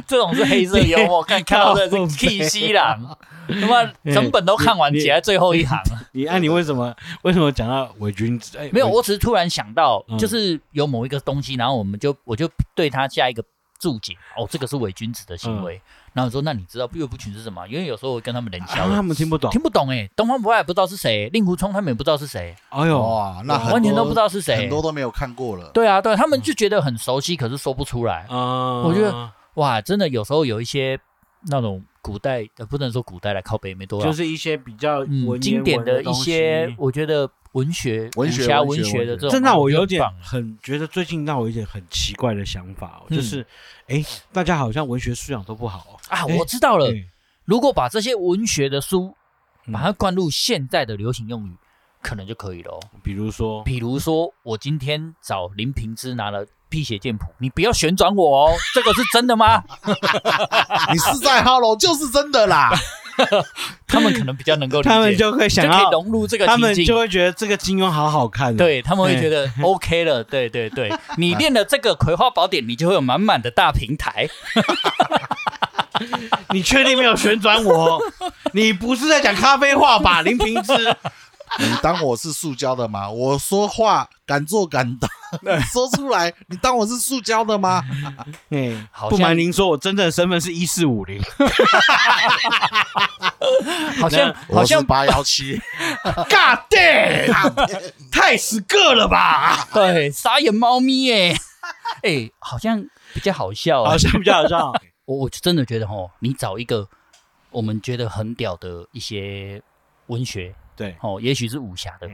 [SPEAKER 1] 这种是黑色幽默，看看到的是气息 狼，他妈整本都看完，
[SPEAKER 2] 你你
[SPEAKER 1] 写在最后一行。
[SPEAKER 2] 你啊按、你为什么为什么讲到伪君子？哎
[SPEAKER 1] 没有，
[SPEAKER 2] 伪
[SPEAKER 1] 我只是突然想到
[SPEAKER 2] 嗯，
[SPEAKER 1] 就是有某一个东西，然后我们就我就对它下一个注解，哦，这个是伪君子的行
[SPEAKER 2] 嗯
[SPEAKER 1] 为。然后你说，那你知道岳不群是什么？因为有时候我跟他们冷
[SPEAKER 2] 啊
[SPEAKER 1] 笑，
[SPEAKER 2] 他们听不懂。
[SPEAKER 1] 听不懂哎、东方不败也不知道是谁，令狐冲他们也不知道是谁，
[SPEAKER 2] 哎呦，
[SPEAKER 3] 哇，那很多
[SPEAKER 1] 完全都不知道是谁
[SPEAKER 3] 很多。都没有看过了，
[SPEAKER 1] 对啊，对，他们就觉得很熟悉，可是说不出来。
[SPEAKER 2] 嗯
[SPEAKER 1] 我觉得哇，真的有时候有一些那种古代，呃、不能说古代来靠北没多少，
[SPEAKER 2] 就是一些比较文言
[SPEAKER 1] 嗯
[SPEAKER 2] 文
[SPEAKER 1] 经典
[SPEAKER 2] 的
[SPEAKER 1] 一些，我觉得文学、
[SPEAKER 3] 文学
[SPEAKER 1] 武侠、
[SPEAKER 3] 文学
[SPEAKER 1] 文学的
[SPEAKER 3] 文学
[SPEAKER 1] 这种，
[SPEAKER 2] 真的我有
[SPEAKER 1] 很
[SPEAKER 2] 点
[SPEAKER 1] 棒啊
[SPEAKER 2] 很觉得最近让我有点很奇怪的想法、哦，
[SPEAKER 1] 嗯
[SPEAKER 2] 就是哎，大家好像文学素养都不好、
[SPEAKER 1] 啊，
[SPEAKER 2] 哎
[SPEAKER 1] 我知道
[SPEAKER 2] 哦。
[SPEAKER 1] 了。
[SPEAKER 2] 对
[SPEAKER 1] 如果把这些文学的书，
[SPEAKER 2] 嗯
[SPEAKER 1] 把它灌入现在的流行用语，可能就可以了哦。
[SPEAKER 2] 比如说，
[SPEAKER 1] 比如说，我今天找林平之拿了《辟邪剑谱》，你不要旋转我哦，这个是真的吗？
[SPEAKER 3] 你是在 Hello 就是真的啦，
[SPEAKER 1] 他们可能比较能够理解，
[SPEAKER 2] 他们就会想
[SPEAKER 1] 就可以
[SPEAKER 2] 要，
[SPEAKER 1] 融入这个
[SPEAKER 2] 他
[SPEAKER 1] 情
[SPEAKER 2] 们
[SPEAKER 1] 境，
[SPEAKER 2] 就会觉得这个金庸好好看、哦。，
[SPEAKER 1] 对他们会觉得
[SPEAKER 2] 哎
[SPEAKER 1] OK 了。对对对， 你练了这个《葵花宝典》，你就会有满满的大平台。
[SPEAKER 2] 你确定没有旋转我？ 你不是在讲咖啡话吧，林平之？
[SPEAKER 3] 你当我是塑胶的吗？我说话敢做敢当，你 说出来，你当我是塑胶的吗？
[SPEAKER 2] 哎
[SPEAKER 1] 好，
[SPEAKER 2] 不
[SPEAKER 1] 像
[SPEAKER 2] 瞒您说，我真正的身份是一四五零。
[SPEAKER 1] 好像好
[SPEAKER 3] 我是
[SPEAKER 1] 像
[SPEAKER 3] 八幺 七，
[SPEAKER 2] God damn！太死个了吧？
[SPEAKER 1] 对傻眼猫咪耶， 哎，好像比较好笑啊
[SPEAKER 2] 好。像比较好笑。
[SPEAKER 1] 我我真的觉得哦，你找一个我们觉得很屌的一些文学
[SPEAKER 2] 对，
[SPEAKER 1] 哦，也许是武侠的，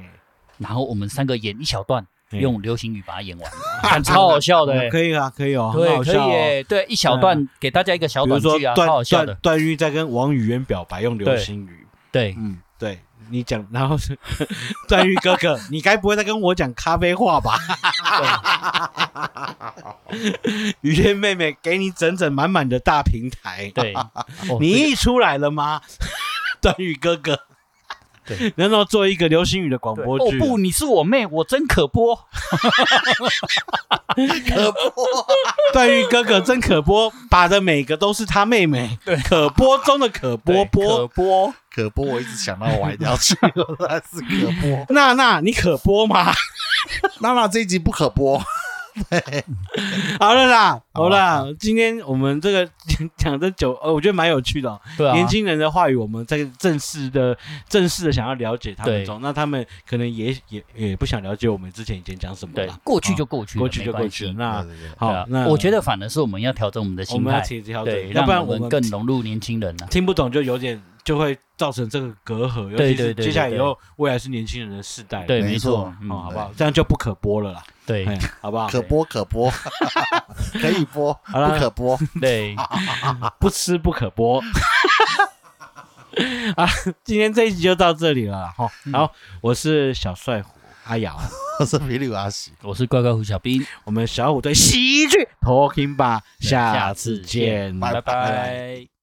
[SPEAKER 1] 然后我们三个演一小段，
[SPEAKER 2] 嗯
[SPEAKER 1] 用流行语把它演完， 看超好笑的欸。
[SPEAKER 2] 可以啊，可以哦，很
[SPEAKER 1] 对，
[SPEAKER 2] 好
[SPEAKER 1] 可
[SPEAKER 2] 笑
[SPEAKER 1] 以
[SPEAKER 2] 哦。
[SPEAKER 1] 耶，对，一小段给大家一个小
[SPEAKER 2] 比如
[SPEAKER 1] 短
[SPEAKER 2] 说
[SPEAKER 1] 剧啊，超好
[SPEAKER 2] 段
[SPEAKER 1] 笑
[SPEAKER 2] 段
[SPEAKER 1] 的。
[SPEAKER 2] 段誉在跟王语嫣表白用流
[SPEAKER 1] 对
[SPEAKER 2] 星雨，
[SPEAKER 1] 对，
[SPEAKER 2] 嗯，对你讲，然后是段誉哥哥，你该不会在跟我讲咖啡话吧？ 雨嫣妹妹给你整整满满的大平台，
[SPEAKER 1] 对，哦
[SPEAKER 2] 你一出来了吗？ 段誉哥哥，
[SPEAKER 1] 对，
[SPEAKER 2] 然后做一个流星雨的广
[SPEAKER 1] 对
[SPEAKER 2] 播
[SPEAKER 1] 哦
[SPEAKER 2] 剧，
[SPEAKER 1] 不，你是我妹，我真可播。
[SPEAKER 2] 段誉哥哥真可播，把的每个都是他妹妹，对，可播中的可播
[SPEAKER 1] 可
[SPEAKER 2] 播，
[SPEAKER 1] 播，
[SPEAKER 3] 可播，我一直想到我还要去， 那是可播。
[SPEAKER 2] 娜娜你可播吗？
[SPEAKER 3] 娜娜这一集不可播，
[SPEAKER 2] 好了啦，
[SPEAKER 3] 好
[SPEAKER 2] 好
[SPEAKER 3] 啊
[SPEAKER 2] 啦，今天我们这个讲这九，呃，我觉得蛮有趣的、哦。
[SPEAKER 1] 对啊，
[SPEAKER 2] 年轻人的话语，我们在正式的、正式的想要了解他们
[SPEAKER 1] 对
[SPEAKER 2] 中，那他们可能也也也不想了解我们之前以前讲什么
[SPEAKER 1] 对
[SPEAKER 2] 啦，，
[SPEAKER 1] 过去就过去了，
[SPEAKER 2] 过去就
[SPEAKER 1] 没关
[SPEAKER 2] 过去了。
[SPEAKER 1] 系
[SPEAKER 2] 那
[SPEAKER 3] 对对对
[SPEAKER 1] 对
[SPEAKER 2] 好
[SPEAKER 1] 啊，
[SPEAKER 2] 那
[SPEAKER 1] 我觉得反而是我们要调整我们的
[SPEAKER 2] 我
[SPEAKER 1] 心
[SPEAKER 2] 们要
[SPEAKER 1] 态，
[SPEAKER 2] 提调
[SPEAKER 1] 对，
[SPEAKER 2] 整，要不然
[SPEAKER 1] 让
[SPEAKER 2] 我
[SPEAKER 1] 我们
[SPEAKER 2] 们
[SPEAKER 1] 更融入年轻人啊。
[SPEAKER 2] 听不懂就有点就会造成这个隔阂，尤其
[SPEAKER 1] 对
[SPEAKER 2] 是
[SPEAKER 1] 对对
[SPEAKER 2] 接下来
[SPEAKER 1] 对
[SPEAKER 2] 以
[SPEAKER 1] 对
[SPEAKER 2] 后未来是年轻人的世代了，
[SPEAKER 1] 对，
[SPEAKER 3] 没
[SPEAKER 1] 没
[SPEAKER 3] 错
[SPEAKER 1] 错，嗯
[SPEAKER 2] 哦，好不好？这样就不可播了啦，
[SPEAKER 1] 对
[SPEAKER 2] 哎，好不好？
[SPEAKER 3] 可播可播， 可以播，
[SPEAKER 2] 好啦
[SPEAKER 3] 不可播。
[SPEAKER 1] 对，
[SPEAKER 2] 不吃不可 播。
[SPEAKER 1] 嗯
[SPEAKER 2] 啊，今天这一集就到这里了啦，哈。好，我是小帅虎，阿瑶，
[SPEAKER 3] 我 是皮鲁阿喜。
[SPEAKER 1] 我是怪怪胡小兵，
[SPEAKER 2] 我们小虎队喜剧 talking 吧，
[SPEAKER 1] 下
[SPEAKER 2] 下
[SPEAKER 1] 次
[SPEAKER 2] 次
[SPEAKER 1] 见
[SPEAKER 2] 见，
[SPEAKER 1] 拜
[SPEAKER 3] 拜拜
[SPEAKER 1] 拜。